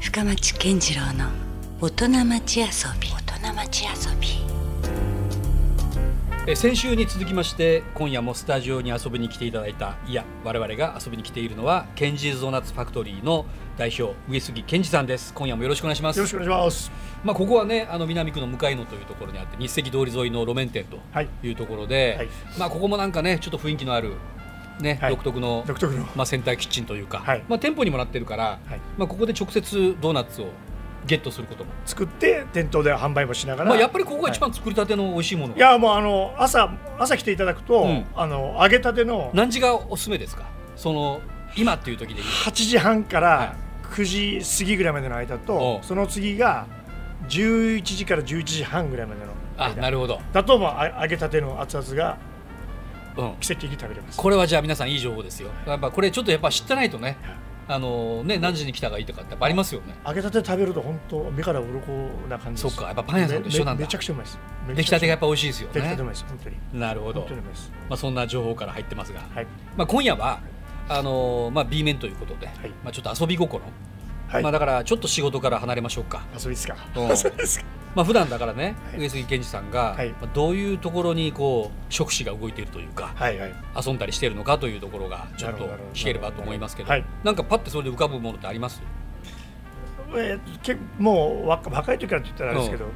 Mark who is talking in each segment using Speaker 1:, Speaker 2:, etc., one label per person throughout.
Speaker 1: 深町健次郎の大人町遊び大人町遊び
Speaker 2: えー先週に続きまして今夜もスタジオに遊びに来ていただいたいや我々が遊びに来ているのはケンジーズドーナツファクトリーの代表上杉健二さんです今夜もよろしくお願いします
Speaker 3: よろしくお願いします。
Speaker 2: まあ、ここはねあの南区の向かい野というところにあって日赤通り沿いの路面店と
Speaker 3: はい
Speaker 2: いうところで、
Speaker 3: はい
Speaker 2: まあ、ここもなんかねちょっと雰囲気のある、ね
Speaker 3: はい
Speaker 2: 独特の
Speaker 3: 独特の
Speaker 2: まあ、センターキッチンというか、
Speaker 3: はい
Speaker 2: まあ、店舗にもなってるから、
Speaker 3: はい
Speaker 2: まあ、ここで直接ドーナツをゲットすることも、
Speaker 3: 作って店頭で販売もしながら。
Speaker 2: まあ、やっぱりここが一番作りたての美味しいもの、
Speaker 3: いやもうあの朝朝来ていただくと、
Speaker 2: うん
Speaker 3: あの揚げたての
Speaker 2: 何時がおすすめですかその今っていう時で言う
Speaker 3: 8時半か
Speaker 2: はい
Speaker 3: ら9時過ぎぐらいまでの間
Speaker 2: お
Speaker 3: と、
Speaker 2: う
Speaker 3: その次が11時から11時半ぐらいまでの
Speaker 2: あなるほど、
Speaker 3: だともうあ揚げたての熱々が
Speaker 2: うん、
Speaker 3: 奇跡的に食べれます。
Speaker 2: これはじゃあ皆さんいい情報ですよやっぱこれちょっとやっぱ知ってないとねあのね何時に来たがいいとかってやっぱありますよね
Speaker 3: 揚げたて食べると本当目から鱗な感じです。
Speaker 2: そっかやっぱパン屋さんと一緒なんだ
Speaker 3: めめちゃくちゃうまいです。
Speaker 2: 出来たてがやっ
Speaker 3: っ
Speaker 2: ぱ美味しいですよ
Speaker 3: 出来たてう
Speaker 2: ね
Speaker 3: まいです本当に。
Speaker 2: なるほど
Speaker 3: 本当、にうまいです。
Speaker 2: まあ、そんな情報から入ってますが、
Speaker 3: はい
Speaker 2: まあ、今夜はあのーまあ、B 面ということで、まあ、ちょっと遊び心、
Speaker 3: はい。
Speaker 2: まあ、だからちょっと仕事から離れましょうか、
Speaker 3: 遊びですか。
Speaker 2: うん
Speaker 3: 遊びですか。
Speaker 2: まあ普段だからね、
Speaker 3: はい
Speaker 2: 上杉健二さんが、
Speaker 3: はい
Speaker 2: まあどういうところにこう触手が動いているというか
Speaker 3: はいはい。
Speaker 2: 遊んだりしているのかというところがちょっと
Speaker 3: なるほどなるほど
Speaker 2: 聞ければと思いますけどな
Speaker 3: はい
Speaker 2: んかパッてそれで浮かぶものってあります
Speaker 3: えーけもう若若い時からって言ったらあれですけど、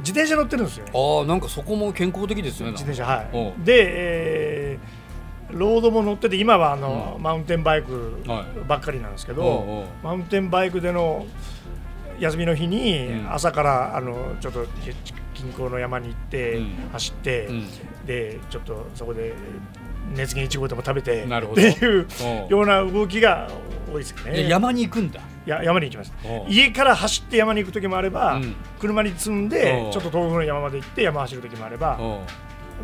Speaker 3: 自転車乗ってるんですよね
Speaker 2: あーなんかそこも健康的ですね
Speaker 3: 自転車は
Speaker 2: お
Speaker 3: いうで、えーロードも乗ってて今はあの、
Speaker 2: う
Speaker 3: マウンテンバイク
Speaker 2: はい
Speaker 3: ばっかりなんですけど、
Speaker 2: おうおう
Speaker 3: マウンテンバイクでの休みの日に
Speaker 2: うん
Speaker 3: 朝からあのちょっと近郊の山に行って、
Speaker 2: うん
Speaker 3: 走って、
Speaker 2: うん
Speaker 3: でちょっとそこで熱源いちごでも食べて
Speaker 2: なるほ
Speaker 3: っ
Speaker 2: ど
Speaker 3: ていう
Speaker 2: おう
Speaker 3: ような動きが多いですよね。
Speaker 2: で山に行くんだ
Speaker 3: や山に行きます
Speaker 2: おう
Speaker 3: 家から走って山に行く時もあれば、
Speaker 2: うん
Speaker 3: 車に積んで
Speaker 2: おう
Speaker 3: ちょっと遠くの山まで行って山走る時もあれば、
Speaker 2: おう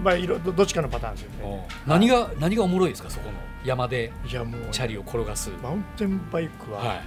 Speaker 3: まあ、いろどどっちかのパターンですよ
Speaker 2: おう
Speaker 3: ね
Speaker 2: 何が何がおもろいですかそこの山で
Speaker 3: いやもう
Speaker 2: チャリを転がす
Speaker 3: マウンテンバイクは、
Speaker 2: はい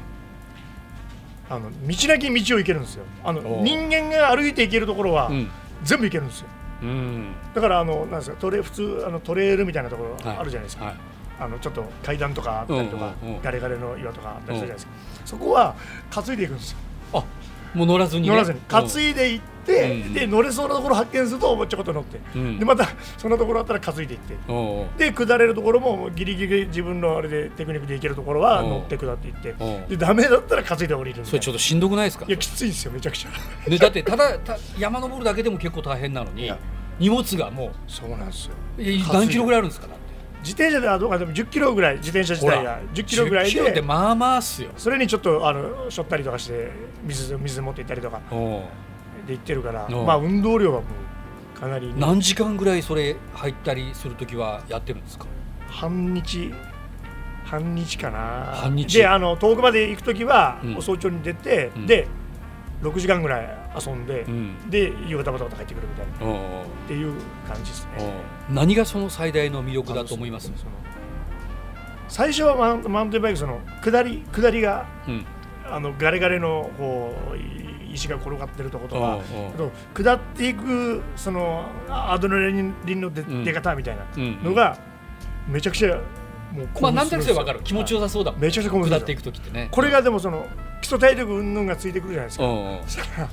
Speaker 3: あの道なき道を行けるんですよあ
Speaker 2: お
Speaker 3: の
Speaker 2: う
Speaker 3: 人間が歩いて行けるところは、
Speaker 2: うん
Speaker 3: 全部行けるんですよ
Speaker 2: うん
Speaker 3: だからあのなんですかトレ普通あのトレールみたいなところ
Speaker 2: はい
Speaker 3: あるじゃないですか、
Speaker 2: はい
Speaker 3: あのちょっと階段とかあったりとか、
Speaker 2: うんうんうん
Speaker 3: ガレガレの岩とかあったりするじゃないですか、そこは担いでいくんですよ
Speaker 2: あもう乗らずにね
Speaker 3: 乗らずに担
Speaker 2: うん
Speaker 3: いでいって、
Speaker 2: うん
Speaker 3: で乗れそうなところ発見するともうちょこっと乗って、
Speaker 2: うん
Speaker 3: でまたそんなところあったら担いでいって
Speaker 2: おうおう
Speaker 3: で下れるところももうギリギリ自分のあれでテクニックでいけるところは
Speaker 2: うん
Speaker 3: 乗って下っていって
Speaker 2: うん
Speaker 3: でダメだったら担いで降りるみたいな
Speaker 2: それちょっとしんどくないですか
Speaker 3: いやきついんですよめちゃくちゃ
Speaker 2: ね、だってただた山登るだけでも結構大変なのに
Speaker 3: や
Speaker 2: 荷物がも
Speaker 3: そうなんですよ
Speaker 2: ういや
Speaker 3: 担いで
Speaker 2: 何キロぐらいあるんですかだって
Speaker 3: 自転車ではどうかでも10キロぐらい自転車自
Speaker 2: ほ
Speaker 3: 体
Speaker 2: ら
Speaker 3: が10キロぐらい
Speaker 2: 10キロって
Speaker 3: で
Speaker 2: まあまあっすよ
Speaker 3: それにちょっとあのしょったりとかして水水持って行ったりとか
Speaker 2: おう
Speaker 3: で行ってるから
Speaker 2: うん
Speaker 3: まあ運動量はもうかなり
Speaker 2: 何時間ぐらいそれ入ったりするときはやってるんですか
Speaker 3: 半日半日かな
Speaker 2: 半日
Speaker 3: であの遠くまで行く時は、
Speaker 2: うん
Speaker 3: 早朝に出て、
Speaker 2: うん
Speaker 3: で6時間ぐらい遊んで、
Speaker 2: ん
Speaker 3: で夕方バタバタ帰ってくるみたいなっ
Speaker 2: おうおう
Speaker 3: ていう感じです
Speaker 2: おう
Speaker 3: ね
Speaker 2: 何がその最大の魅力だと思います
Speaker 3: あのその最初はマウンマウンテンバイクその下り下りが
Speaker 2: うん
Speaker 3: あのガレガレのこうい石が転がってるとこと
Speaker 2: おう
Speaker 3: か
Speaker 2: おう
Speaker 3: あと下っていくそのあアドレナリンの出、
Speaker 2: ん
Speaker 3: 出方みたいな
Speaker 2: うん
Speaker 3: のがめちゃくちゃ
Speaker 2: ま
Speaker 3: もう
Speaker 2: あ
Speaker 3: 興
Speaker 2: なん
Speaker 3: 奮
Speaker 2: と
Speaker 3: する
Speaker 2: なくそれ分
Speaker 3: んですよ
Speaker 2: かる気持ちよさそうだもん
Speaker 3: めちゃくちゃ興奮す
Speaker 2: 下
Speaker 3: る
Speaker 2: っていくときってね
Speaker 3: これがでもその基礎体力云々がついてくるじゃないです
Speaker 2: おう
Speaker 3: か
Speaker 2: おう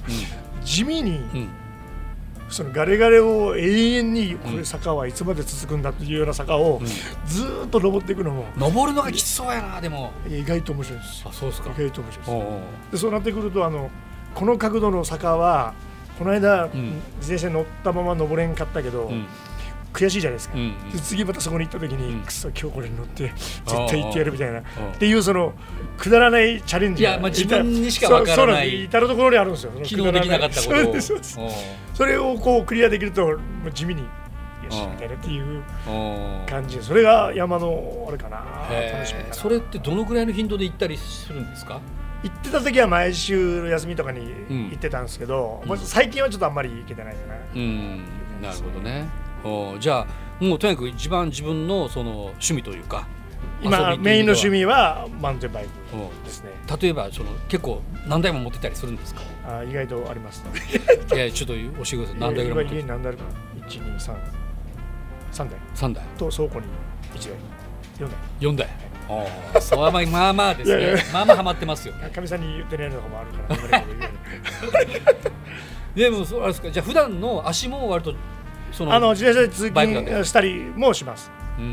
Speaker 3: 地味に
Speaker 2: うんうん
Speaker 3: そのガレガレを永遠にこ
Speaker 2: うん
Speaker 3: れ坂はいつまで続くんだっていうような坂を
Speaker 2: うん
Speaker 3: ずーっと登っていくのも
Speaker 2: 登るのがきつそうやなでも
Speaker 3: 意外と面白いです
Speaker 2: あそうですか
Speaker 3: 意外と面白い
Speaker 2: おう
Speaker 3: で
Speaker 2: おう
Speaker 3: すでそうなってくるとあのこの角度の坂はこの間、
Speaker 2: ん
Speaker 3: 自転車に乗ったまま登れんかったけど、
Speaker 2: うん
Speaker 3: 悔しいじゃないですか、
Speaker 2: うんうん
Speaker 3: で次またそこに行った時に、
Speaker 2: うん
Speaker 3: くそ今日これに乗って絶対行ってやるみたいなっ
Speaker 2: おうおう
Speaker 3: ていうそのくだらないチャレンジが
Speaker 2: いやまあ自分にしかわからない
Speaker 3: そうそうなんです至る所にあるんですよその
Speaker 2: 機能できなかったこと
Speaker 3: そう
Speaker 2: を
Speaker 3: ですそうですそれをこうクリアできるともう地味によし
Speaker 2: うん
Speaker 3: みたいなっていう
Speaker 2: おうおう
Speaker 3: 感じそれが山のあれかな
Speaker 2: へー
Speaker 3: 楽しみかな
Speaker 2: それってどのぐらいの頻度で行ったりするんですか
Speaker 3: 行ってた時は毎週休みとかに
Speaker 2: ん
Speaker 3: 行ってたんですけど、
Speaker 2: うん
Speaker 3: まあ最近はちょっとあんまり行けてないかな、
Speaker 2: うんなるほどねおじゃあもうとにかく一番自分のその趣味というか
Speaker 3: 今メインの
Speaker 2: 味
Speaker 3: 趣味はマウンテンバイク
Speaker 2: うん
Speaker 3: ですね
Speaker 2: 例えばその結構何台も持ってたりするんですか
Speaker 3: あ意外とありますね
Speaker 2: いやちょっと教えてください何台ぐらい持っ
Speaker 3: 今
Speaker 2: て
Speaker 3: 家
Speaker 2: る
Speaker 3: に何台あるか123 3台
Speaker 2: 3台
Speaker 3: と倉庫に1台4台
Speaker 2: 4台おーそれはまあまあまあですね
Speaker 3: いやいや
Speaker 2: まあまあハマってますよね
Speaker 3: かみさんに言ってないのとかもあるからあんまりこう言わない
Speaker 2: でもそうなんですかじゃあ普段の足も割とその
Speaker 3: あの自転車で通
Speaker 2: バイクだと
Speaker 3: 勤したりもします
Speaker 2: うー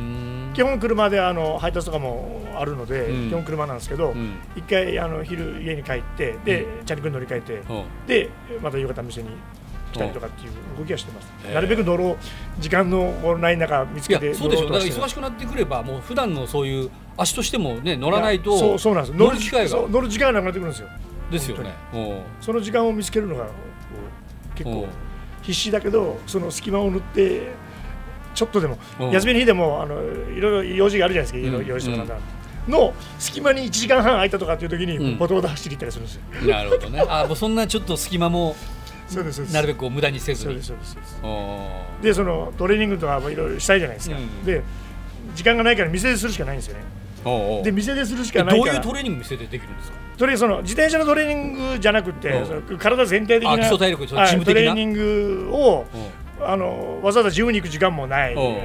Speaker 2: ん
Speaker 3: 基本車であの配達とかもあるので、
Speaker 2: うん
Speaker 3: 基本車なんですけど、
Speaker 2: うん
Speaker 3: 一回あの昼家に帰ってで、チャリくん乗り換えて、
Speaker 2: うん
Speaker 3: でまた夕方店に来たりとかっていう動きはしてます、
Speaker 2: うん
Speaker 3: なるべく乗ろう時間のこのない中見つ
Speaker 2: い
Speaker 3: け
Speaker 2: や
Speaker 3: て
Speaker 2: そう
Speaker 3: 乗
Speaker 2: でし
Speaker 3: ろ
Speaker 2: ょ
Speaker 3: う
Speaker 2: だ
Speaker 3: と
Speaker 2: か
Speaker 3: は
Speaker 2: ら
Speaker 3: してない
Speaker 2: 忙しくなってくればもう普段のそういう足としてもね乗らない
Speaker 3: いやそ
Speaker 2: と
Speaker 3: うそうなんです
Speaker 2: 乗る機会が
Speaker 3: そう乗る時間がなくなってくるんですよ
Speaker 2: ですよねうん
Speaker 3: その時間を見つけるのがこう結構必死だけどその隙間を縫ってちょっとでも
Speaker 2: うん
Speaker 3: 休みの日でもあのいろいろ用事があるじゃないですか、
Speaker 2: うん
Speaker 3: 用事とかなんか、の隙間に1時間半空いたとかっていう時
Speaker 2: う
Speaker 3: に
Speaker 2: ん
Speaker 3: ボトボト走り行ったりするんですよ、
Speaker 2: なるほどねあもうそんなちょっと隙間も
Speaker 3: そう ですそうです
Speaker 2: なるべくこう無駄にせず
Speaker 3: そうで
Speaker 2: に
Speaker 3: すそうですそうです
Speaker 2: うん
Speaker 3: でそのトレーニングとかもいろいろしたいじゃないですか、
Speaker 2: うん
Speaker 3: で時間がないから店でするしかないんですよね
Speaker 2: おうおう
Speaker 3: で店でするし
Speaker 2: え
Speaker 3: かな
Speaker 2: ど
Speaker 3: いうか
Speaker 2: いう
Speaker 3: ら
Speaker 2: トレーニング見せてできるんですか
Speaker 3: とりあえずその自転車のトレーニングじゃなくて、
Speaker 2: うん
Speaker 3: その体全体的
Speaker 2: あ
Speaker 3: な
Speaker 2: 基礎体力その
Speaker 3: はい
Speaker 2: ジム的
Speaker 3: ト
Speaker 2: な
Speaker 3: レーニングを
Speaker 2: う
Speaker 3: あのわざわざジムに行く時間もない
Speaker 2: うん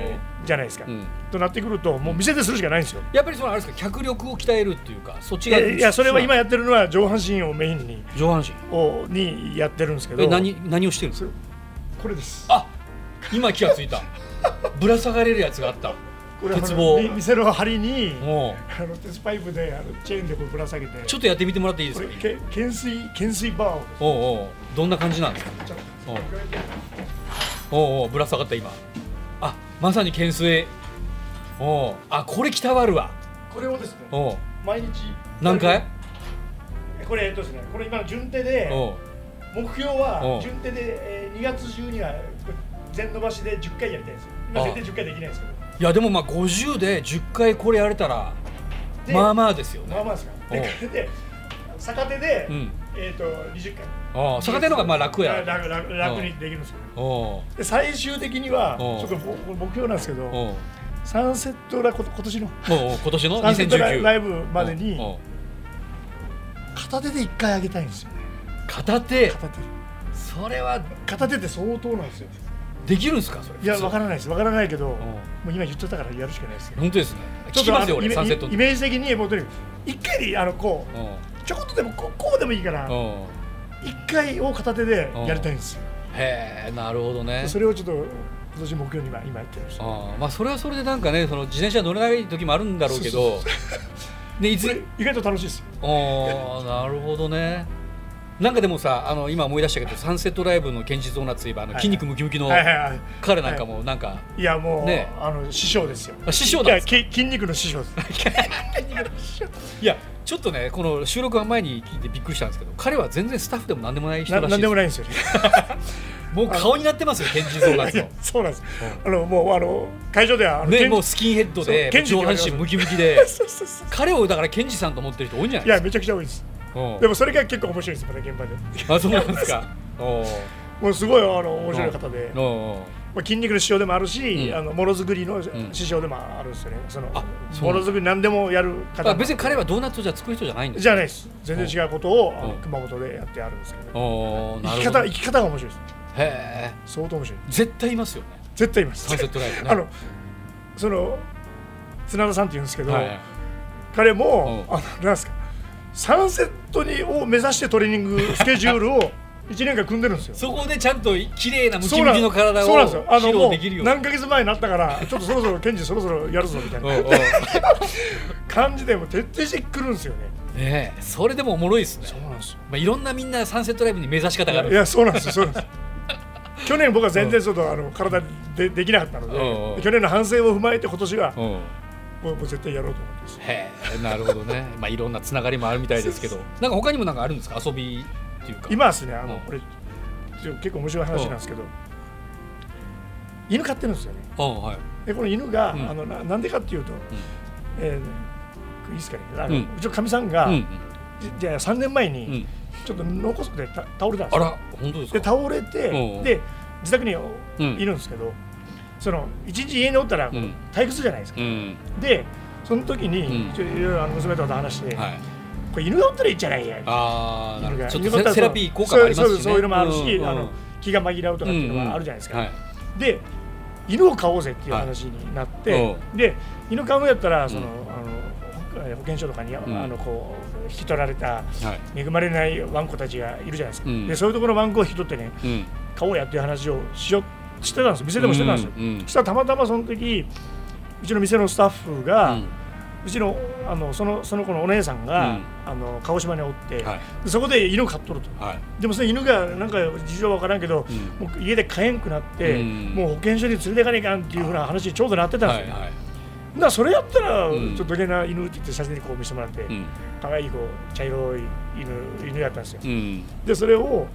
Speaker 3: じゃないですか、
Speaker 2: んうん
Speaker 3: となってくるともう店でするしかないんですよ、
Speaker 2: やっぱりそのあれですか脚力を鍛えるっていうかそっち
Speaker 3: い
Speaker 2: が
Speaker 3: やいやそれは今やってるのは上半身をメインに
Speaker 2: 上半身
Speaker 3: をにやってるんですけど
Speaker 2: え何何をしてるんですか
Speaker 3: これです
Speaker 2: あ今気がついた ぶら下がれるやつがあった
Speaker 3: これあの
Speaker 2: 鉄棒
Speaker 3: み店の梁に
Speaker 2: も
Speaker 3: あの鉄パイプであのチェーンでこうぶら下げて
Speaker 2: うちょっとやってみてもらっていいで
Speaker 3: こ
Speaker 2: す
Speaker 3: れ
Speaker 2: か
Speaker 3: け懸垂懸垂バーを
Speaker 2: おうおうどんな感じなんですか
Speaker 3: ちょっ
Speaker 2: おう
Speaker 3: と
Speaker 2: おうおうぶら下がった今あまさに懸垂おうあこれきたわるわ
Speaker 3: これをですね
Speaker 2: おう
Speaker 3: 毎日
Speaker 2: 何回
Speaker 3: これえっとですねこれ今の順手で
Speaker 2: おう
Speaker 3: 目標
Speaker 2: お
Speaker 3: は
Speaker 2: う
Speaker 3: 順手で、えー、2月中にはこれ全伸ばしで10回やりたいです今
Speaker 2: あ
Speaker 3: 絶対10回できないですけど
Speaker 2: いやでもまあ50で10回これやれたら
Speaker 3: で
Speaker 2: まあまあですよね
Speaker 3: まあまあですから
Speaker 2: おう
Speaker 3: でこれで逆手で、
Speaker 2: うん
Speaker 3: えっ、と20回
Speaker 2: ああ逆手の方がまあ楽や
Speaker 3: あ楽楽楽にできるんですよ
Speaker 2: おう
Speaker 3: で最終的にはち
Speaker 2: おう
Speaker 3: ょっとぼこれ目標なんですけど
Speaker 2: おう
Speaker 3: 3セットラこ今年の
Speaker 2: おう今年の
Speaker 3: 3セットラライ
Speaker 2: 2019
Speaker 3: ブまでに
Speaker 2: おうおう
Speaker 3: 片手で1回上げたいんですよね
Speaker 2: 片手
Speaker 3: 片手で
Speaker 2: それは
Speaker 3: 片手って相当なんですよ
Speaker 2: できるんですかそれ
Speaker 3: いやわかららないですわからないけどもう今言っちゃったからやるしかないですよ
Speaker 2: 本当ですね
Speaker 3: ち
Speaker 2: 聞
Speaker 3: ょっ
Speaker 2: き
Speaker 3: と
Speaker 2: ま
Speaker 3: あ
Speaker 2: すよ
Speaker 3: のイ
Speaker 2: 俺
Speaker 3: メ
Speaker 2: サンセット
Speaker 3: イメージ的にもうとにかく一回であのこ
Speaker 2: おう
Speaker 3: うちょこっとでもこうこうでもいいから
Speaker 2: おう
Speaker 3: 一回を片手でやりたいんですよ
Speaker 2: へえなるほどね
Speaker 3: それをちょっと今年目標に今今やってるんですよ
Speaker 2: ああまあそれはそれでなんかねその自転車乗れない時もあるんだろうけど でいつ
Speaker 3: 意外と楽しいですよ
Speaker 2: ああなるほどねなんかでもさあの今思い出したけどサンセットライブの堅実オーナーといえばあの
Speaker 3: はい
Speaker 2: 筋肉ムキムキの
Speaker 3: はいはいはい
Speaker 2: 彼なんかもなんか
Speaker 3: いやもう、
Speaker 2: ね
Speaker 3: あの師匠ですよ。
Speaker 2: あ師匠
Speaker 3: い
Speaker 2: なん
Speaker 3: や
Speaker 2: ですか
Speaker 3: き筋肉の師匠です。
Speaker 2: いやちょっとねこの収録前に聞いてびっくりしたんですけど彼は全然スタッフでも何でもない人
Speaker 3: な
Speaker 2: らしい
Speaker 3: なんでも
Speaker 2: ない
Speaker 3: ないんですよね。
Speaker 2: もう顔になってますよ堅実オーナー
Speaker 3: いや
Speaker 2: の
Speaker 3: そうなんです。あのもうあの会場ではあ の
Speaker 2: ね
Speaker 3: 剣
Speaker 2: もうスキンヘッドで
Speaker 3: そう
Speaker 2: 上半
Speaker 3: ケンジ
Speaker 2: 身
Speaker 3: って言わ
Speaker 2: ムキム
Speaker 3: れてます
Speaker 2: キで
Speaker 3: そうそうそう
Speaker 2: 彼をだからケンジさんと思ってる人多いんじゃない
Speaker 3: いやめちゃくちゃ多いです。
Speaker 2: うん
Speaker 3: でもそれが結構面白いですまた現場で。
Speaker 2: あそうなん ですかおう
Speaker 3: もうすごいあの面白い方で、ま
Speaker 2: おう
Speaker 3: あ、筋肉の師匠でもあるし、
Speaker 2: うん
Speaker 3: あのものづくりの
Speaker 2: ん
Speaker 3: 師匠でもあるんですよね。その
Speaker 2: あそう
Speaker 3: ものづくり何でもやる方。
Speaker 2: あ別に彼はドーナツをじゃあ作る人じゃないんです
Speaker 3: じゃないです。全然違うことをあの
Speaker 2: うん
Speaker 3: 熊本でやってあるんですけど。
Speaker 2: おー
Speaker 3: 生
Speaker 2: な
Speaker 3: き
Speaker 2: るほ
Speaker 3: 方
Speaker 2: ど
Speaker 3: 生
Speaker 2: へ
Speaker 3: き方が面白いです。
Speaker 2: え
Speaker 3: 相当面白い。
Speaker 2: 絶対います よね
Speaker 3: 絶対います
Speaker 2: サン。セットライブね
Speaker 3: あのその綱田さんって言うんですけど、
Speaker 2: はい
Speaker 3: 彼も、
Speaker 2: うん
Speaker 3: あのなんですかサンセットにを目指してトレーニングスケジュー ルを1年間組んでるんですよ。
Speaker 2: そこでちゃんと綺麗なムキ
Speaker 3: そう
Speaker 2: ム
Speaker 3: なん
Speaker 2: キの体を
Speaker 3: そうなんですよあ
Speaker 2: 披
Speaker 3: の
Speaker 2: 露
Speaker 3: も
Speaker 2: できるよ
Speaker 3: う
Speaker 2: うに
Speaker 3: 何ヶ月前になったからちょっとそろそろケンジそろそろやるぞみたい
Speaker 2: お
Speaker 3: な
Speaker 2: うおう
Speaker 3: 感じでもう徹底してくるんですよね。
Speaker 2: ねえそれでもおもろいですね
Speaker 3: そうなんですよ。
Speaker 2: まあいろんなみんなサンセットライブに目指し方があ
Speaker 3: い
Speaker 2: る
Speaker 3: やそうなんですよそ うなんですよ。去年僕は全然ちょっとあの体でできなかったの
Speaker 2: うんうん
Speaker 3: で去年の反省を踏まえて今年は
Speaker 2: うん
Speaker 3: もうもう絶対やろうと思ってます。
Speaker 2: へえなるほどねまあいろんなつながりもあるみたいですけどなんか他にもなんかあるんですか遊びっていうか
Speaker 3: 今はですねあの、
Speaker 2: うん
Speaker 3: これちょ結構面白い話なんですけど、犬飼ってるんですよね
Speaker 2: うんはい
Speaker 3: でこの犬が、
Speaker 2: うん
Speaker 3: あのななんでかっていうと、えーいいですかねあの、
Speaker 2: う
Speaker 3: うんちのかみさんが、
Speaker 2: うん
Speaker 3: じじゃあ3年前
Speaker 2: うんう
Speaker 3: に
Speaker 2: ん
Speaker 3: ちょっと脳梗塞でた倒れたんです
Speaker 2: あ
Speaker 3: よ
Speaker 2: ら本当です
Speaker 3: で
Speaker 2: か
Speaker 3: 倒れて、
Speaker 2: うん
Speaker 3: で自宅に
Speaker 2: ん
Speaker 3: いるんですけど、その一日家におったら
Speaker 2: うん
Speaker 3: 退屈じゃないですか、
Speaker 2: うん
Speaker 3: でその時に、
Speaker 2: うん
Speaker 3: ちょいろいろあの娘と話して、
Speaker 2: はい
Speaker 3: これ犬がおったらいいじゃないや
Speaker 2: ああなるほどちょっ
Speaker 3: 犬
Speaker 2: とセ
Speaker 3: がおったら
Speaker 2: セラピー効果もありますし
Speaker 3: そう
Speaker 2: ね
Speaker 3: そうそういうのもあるし、
Speaker 2: うんうん
Speaker 3: あの気が紛らうとかっていうのがあるじゃないですか、
Speaker 2: うんうんはい
Speaker 3: で犬を飼おうぜっていう話になって、
Speaker 2: は
Speaker 3: で犬飼うんやったらその、
Speaker 2: う
Speaker 3: あので保健所とかに、
Speaker 2: ん
Speaker 3: あのこう引き取られ
Speaker 2: は
Speaker 3: た
Speaker 2: い
Speaker 3: 恵まれないワンコたちがいるじゃないですか、
Speaker 2: うん
Speaker 3: でそういうところのワンコを引き取ってね
Speaker 2: うん
Speaker 3: 買おうやっていう話をしようしてたんです店でもしてたんですよ、
Speaker 2: うんうん
Speaker 3: そしたらたまたまその時うちの店のスタッフ
Speaker 2: う
Speaker 3: が、うんちのあのそのその子のお姉さんが、
Speaker 2: うん
Speaker 3: あの鹿児島におって、
Speaker 2: はい
Speaker 3: でそこで犬を飼っとると
Speaker 2: はい
Speaker 3: でもその犬がなんか事情は分からんけど、
Speaker 2: う
Speaker 3: もう家で飼えんくなって、
Speaker 2: うん
Speaker 3: もう保健所に連れていかねえかんっていうふうな話にちょうどなってたんで
Speaker 2: は
Speaker 3: すよ、
Speaker 2: いはい
Speaker 3: だからそれやったら、
Speaker 2: うん
Speaker 3: ちょっとどげな犬って言って写真にこう見せてもらって、
Speaker 2: うん
Speaker 3: 可愛い子茶色い犬犬やったんですよ、
Speaker 2: うん
Speaker 3: でそれを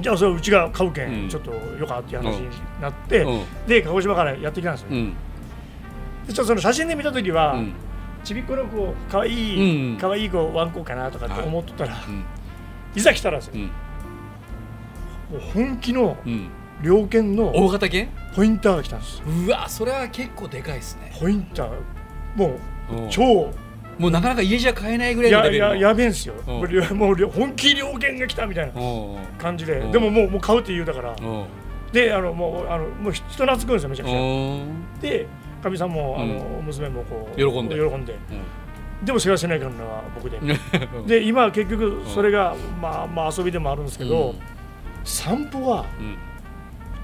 Speaker 3: じゃあそれをうちが買うけん、
Speaker 2: うん
Speaker 3: ちょっとよかっていう話になって、
Speaker 2: うん
Speaker 3: で鹿児島からやってきたんですよ、
Speaker 2: うん
Speaker 3: でちょっとその写真で見た時は、
Speaker 2: うん
Speaker 3: ちびっこの子可愛
Speaker 2: うん
Speaker 3: い可愛い子ワンコかなとかって思っとったら、
Speaker 2: うん
Speaker 3: い、ざ来たらですよ、
Speaker 2: うん
Speaker 3: もう本気の
Speaker 2: うん
Speaker 3: 猟犬の
Speaker 2: 大型犬
Speaker 3: ポインターが来たんですよ
Speaker 2: うわそれは結構でかいですね
Speaker 3: ポインターも
Speaker 2: うん
Speaker 3: う超
Speaker 2: もうなかなか家じゃ買えないぐらいのレ
Speaker 3: や
Speaker 2: ベルの
Speaker 3: ややべえんすよ、
Speaker 2: うん
Speaker 3: もう猟もう猟本気猟犬が来たみたいな
Speaker 2: おう
Speaker 3: 感じで、
Speaker 2: うん
Speaker 3: でももうもう買うって言うだから、
Speaker 2: おう
Speaker 3: であのもうあのもう人懐っこいんですよめちゃくちゃ。
Speaker 2: おう
Speaker 3: でかみさんも、あの娘もこう
Speaker 2: 喜んで
Speaker 3: 喜んででも世話しないからのは僕で
Speaker 2: うん
Speaker 3: で今結局それが、まあ、まあ遊びでもあるんですけど、
Speaker 2: うん
Speaker 3: 散歩は
Speaker 2: うん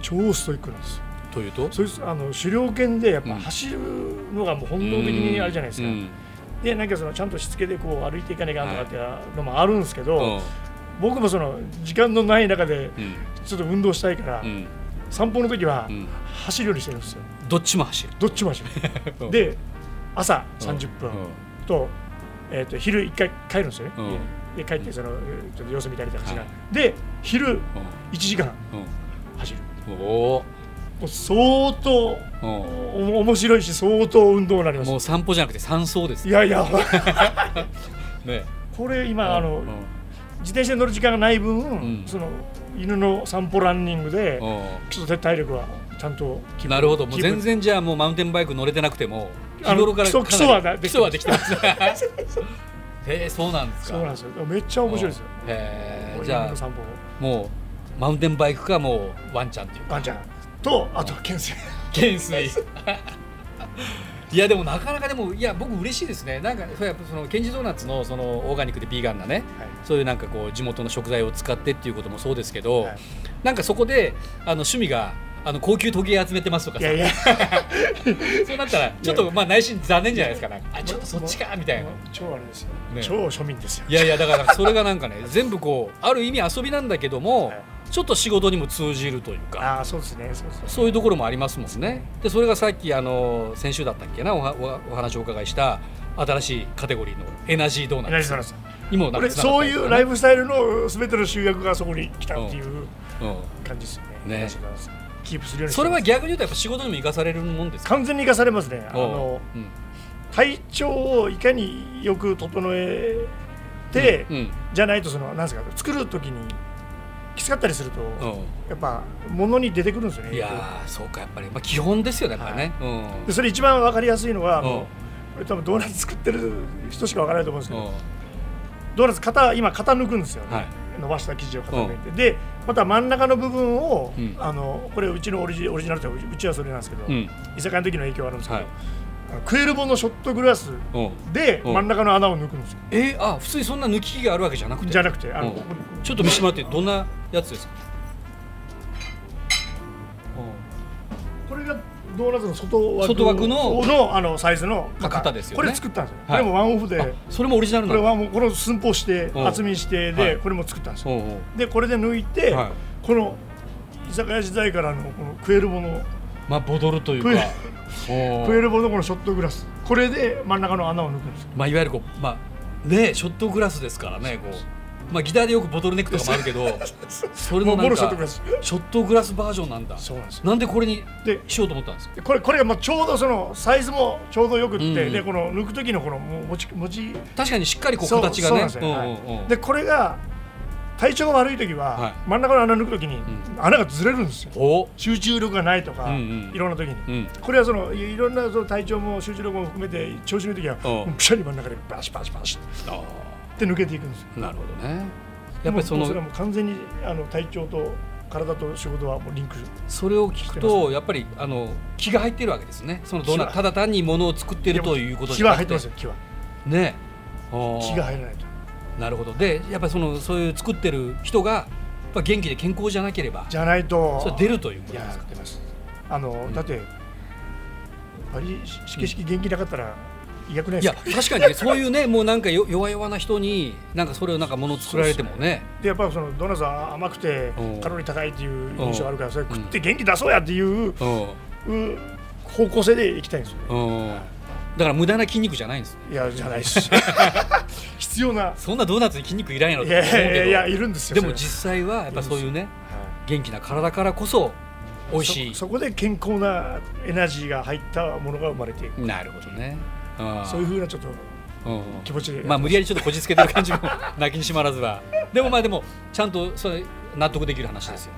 Speaker 3: 超ストイックなんですよ
Speaker 2: というと
Speaker 3: そいつあの狩猟犬でやっ
Speaker 2: う
Speaker 3: ぱ
Speaker 2: ん
Speaker 3: 走るのがもう本能的にあるじゃないですか、
Speaker 2: うん
Speaker 3: でなんかそのちゃんとしつけでこう歩いていかなきゃとかっていうのもあるんですけど、
Speaker 2: うん
Speaker 3: 僕もその時間のない中で
Speaker 2: うん
Speaker 3: ちょっと運動したいから、
Speaker 2: うん
Speaker 3: 散歩の時は
Speaker 2: うん
Speaker 3: 走るようにしてるんですよ
Speaker 2: どっちも走る
Speaker 3: どっちも走 るで朝30分、と,、えー、と昼一回帰るんですよね、
Speaker 2: うん
Speaker 3: で帰ってその、えーちょっと様子見たりとかしながら、で昼1時間
Speaker 2: うん
Speaker 3: 走る
Speaker 2: うんお
Speaker 3: もう相当
Speaker 2: おお
Speaker 3: お面白いし相当運動になり
Speaker 2: う
Speaker 3: ます
Speaker 2: もう散歩じゃなくて散走です
Speaker 3: い
Speaker 2: ね
Speaker 3: やいや
Speaker 2: ね
Speaker 3: これ今あの
Speaker 2: うん
Speaker 3: 自転車に乗る時間がない分、
Speaker 2: ん
Speaker 3: その犬の散歩ランニング
Speaker 2: う
Speaker 3: で
Speaker 2: ん
Speaker 3: ちょっと体力はちゃんとキープ
Speaker 2: なるほどもう
Speaker 3: キープ
Speaker 2: 全然じゃあもうマウンテンバイク乗れてなくても日
Speaker 3: あの
Speaker 2: 頃から
Speaker 3: 基礎
Speaker 2: かなり
Speaker 3: 基礎は
Speaker 2: 基礎は
Speaker 3: な
Speaker 2: できてます へえそうなんですか
Speaker 3: そうなんですよめっちゃ面白いですよ
Speaker 2: へえ
Speaker 3: もう
Speaker 2: じゃ
Speaker 3: 犬の
Speaker 2: あ
Speaker 3: 散歩も
Speaker 2: もうマウンテンバイクかもうワンちゃんっていう
Speaker 3: ガンちゃんとあとは牽制
Speaker 2: 懸垂 いやでもなかなかでもいや僕嬉しいですねなんかそうやっぱそのケンジドーナツのそのオーガニックでビーガンなね
Speaker 3: はい
Speaker 2: そういうなんかこう地元の食材を使ってっていうこともそうですけど、
Speaker 3: はい
Speaker 2: なんかそこであの趣味があの高級時計集めてますとか
Speaker 3: い
Speaker 2: さ
Speaker 3: やいや
Speaker 2: そうなったらちょっとまあ内心残念じゃないですかなんかあちょっとそっちかみたいな
Speaker 3: もう超あれですよ、
Speaker 2: ね
Speaker 3: 超庶民ですよ
Speaker 2: いやいやだからそれがなんかね全部こうある意味遊びなんだけども、
Speaker 3: はい
Speaker 2: ちょっと仕事にも通じるというか
Speaker 3: ああそうですねそうですね
Speaker 2: そういうところもありますもんねでそれがさっきあの先週だったっけなおはおお話をお伺いした新しいカテゴリーのエナジードー
Speaker 3: エ
Speaker 2: ナ
Speaker 3: ナ
Speaker 2: ツ
Speaker 3: ジードーナツ
Speaker 2: にもなん
Speaker 3: 俺
Speaker 2: か繋がった
Speaker 3: そう
Speaker 2: り
Speaker 3: い
Speaker 2: と
Speaker 3: う
Speaker 2: かね
Speaker 3: ライフスタイルの全ての集約がそこに来たっていう
Speaker 2: うん
Speaker 3: 感じですよね,、
Speaker 2: ね
Speaker 3: エナジードーナツキープするようにして
Speaker 2: それ
Speaker 3: ます
Speaker 2: は逆に言うとやっぱ仕事にも生かされるもんですか
Speaker 3: 完全に生かされますねあの
Speaker 2: うん
Speaker 3: 体調をいかによく整えて、
Speaker 2: うん
Speaker 3: じゃないとそのなんですか作る時にきつかったりすると、
Speaker 2: う
Speaker 3: やっぱ物に出てくるんですよね
Speaker 2: んいやーそうかやっぱり、まあ、基本ですよねやっぱね、
Speaker 3: でそれ一番わかりやすいのは、
Speaker 2: うん
Speaker 3: もうこれ多分ドーナツ作ってる人しかわからないと思うんですけ
Speaker 2: うん
Speaker 3: ど、
Speaker 2: うん
Speaker 3: ドーナツ型今型抜くんですよね、
Speaker 2: はい
Speaker 3: 伸ばした生地を型抜いて、でまた真ん中の部分を、
Speaker 2: うん
Speaker 3: あのこれうちのオリジオリジナルというかうちはそれなんですけど、
Speaker 2: うん
Speaker 3: 居酒屋の時の影響があるんですけど、
Speaker 2: はい
Speaker 3: あのクエルボのショットグラス
Speaker 2: うん
Speaker 3: で
Speaker 2: うん
Speaker 3: 真ん中の穴を抜くんですよ、
Speaker 2: えー、あ普通にそんな抜き機があるわけじゃなくて
Speaker 3: じゃなくてあの、
Speaker 2: うん
Speaker 3: ここに
Speaker 2: ちょっと見せてもらってどんなやつですか、
Speaker 3: これがドーナツの外枠
Speaker 2: 外枠の
Speaker 3: あのサイズの
Speaker 2: まあ型ですよね
Speaker 3: これ作ったんですよ、
Speaker 2: はい
Speaker 3: これもワンオフ
Speaker 2: あ
Speaker 3: で
Speaker 2: それもオリジナル
Speaker 3: こ
Speaker 2: な
Speaker 3: れ
Speaker 2: の
Speaker 3: はもうこの寸法して
Speaker 2: うん
Speaker 3: 厚みして
Speaker 2: は
Speaker 3: で、
Speaker 2: い
Speaker 3: これも作ったんですよ
Speaker 2: おうおう
Speaker 3: でこれで抜いて、
Speaker 2: はい
Speaker 3: この居酒屋時代からのこのクエルボの
Speaker 2: まあボドルというか
Speaker 3: クエル
Speaker 2: おう
Speaker 3: プエルボのこのショットグラスこれで真ん中の穴を抜くんですよ
Speaker 2: まあ、いわゆるこう、まあ、ねショットグラスですからねこう、まあ、ギターでよくボトルネックとかもあるけ どそれのなんか
Speaker 3: もろ
Speaker 2: シ
Speaker 3: ショットグラス
Speaker 2: ョットグラスバージョンなんだ
Speaker 3: そうなんですよ
Speaker 2: なんでこれに
Speaker 3: で
Speaker 2: しようと思ったんですか
Speaker 3: でこれこれがまあちょうどそのサイズもちょうどよくって、
Speaker 2: うん
Speaker 3: でこの抜く時のこのもう持ち持ち
Speaker 2: 確かにしっかりこう
Speaker 3: そう
Speaker 2: 形が
Speaker 3: そう
Speaker 2: ね
Speaker 3: なんですよ、
Speaker 2: うんうんう
Speaker 3: は
Speaker 2: ん
Speaker 3: い、でこれが体調が悪い時は、
Speaker 2: はい
Speaker 3: 真ん中の穴抜く時に、穴がずれるんですよ
Speaker 2: お
Speaker 3: 集中力がないとか、
Speaker 2: うんうん
Speaker 3: いろんな時に、
Speaker 2: うん
Speaker 3: これはそのいいろんなその体調も集中力も含めて調子のいい時は
Speaker 2: うん
Speaker 3: もうピシャリ真ん中でバシバシバシ
Speaker 2: あ
Speaker 3: って抜けていくんですよ
Speaker 2: ーなるほどねやっぱりそ
Speaker 3: も
Speaker 2: の
Speaker 3: うそれはもう完全にあの体調と体と仕事はもうリンクする
Speaker 2: それを聞くとやっぱりあの気が入ってるわけですねそのドーナ
Speaker 3: 気は
Speaker 2: ただ単にものを作ってるということ
Speaker 3: 気
Speaker 2: じゃ
Speaker 3: は
Speaker 2: な
Speaker 3: 入
Speaker 2: く
Speaker 3: って
Speaker 2: て
Speaker 3: ますよ気は
Speaker 2: ねああ
Speaker 3: 血が入らないと
Speaker 2: なるほどでやっぱりそのそういう作ってる人がやっぱ元気で健康じゃなければ
Speaker 3: じゃないと
Speaker 2: それは出るというこ
Speaker 3: い
Speaker 2: と
Speaker 3: や
Speaker 2: ですか
Speaker 3: 出ますあの、
Speaker 2: ん
Speaker 3: だってバリしけしき元気なかったら嫌くない
Speaker 2: い
Speaker 3: で
Speaker 2: や
Speaker 3: す
Speaker 2: 確か
Speaker 3: か
Speaker 2: にねそういうねもうなんかよ弱々な人になんかそれをなんか物作られてもね
Speaker 3: でやっぱりそのドーナツは甘くて
Speaker 2: うん
Speaker 3: カロリー高いっていう印象があるからそれ
Speaker 2: ん
Speaker 3: 食って元気出そうやっていう
Speaker 2: うん
Speaker 3: うん方向性でいきたいんですよね
Speaker 2: うんだから無駄な筋肉じゃないんです
Speaker 3: いやじゃないです 必要な
Speaker 2: そんなドーナツに筋肉いらんやろ
Speaker 3: い
Speaker 2: とか
Speaker 3: や
Speaker 2: 思うけど
Speaker 3: いやいやいるんですよ
Speaker 2: でも
Speaker 3: それ
Speaker 2: 実際はやっぱそういうね
Speaker 3: ははい
Speaker 2: 元気な体からこそ美味しい
Speaker 3: そそこで健康なエナジーが入ったものが生まれていく
Speaker 2: なるほどねああ
Speaker 3: そういうふうなちょっと
Speaker 2: うん
Speaker 3: 気持ちで
Speaker 2: まあ無理やりちょっとこじつけてる感じも泣きにしまらずはでもまあでもちゃんとそれ納得できる話ですよ、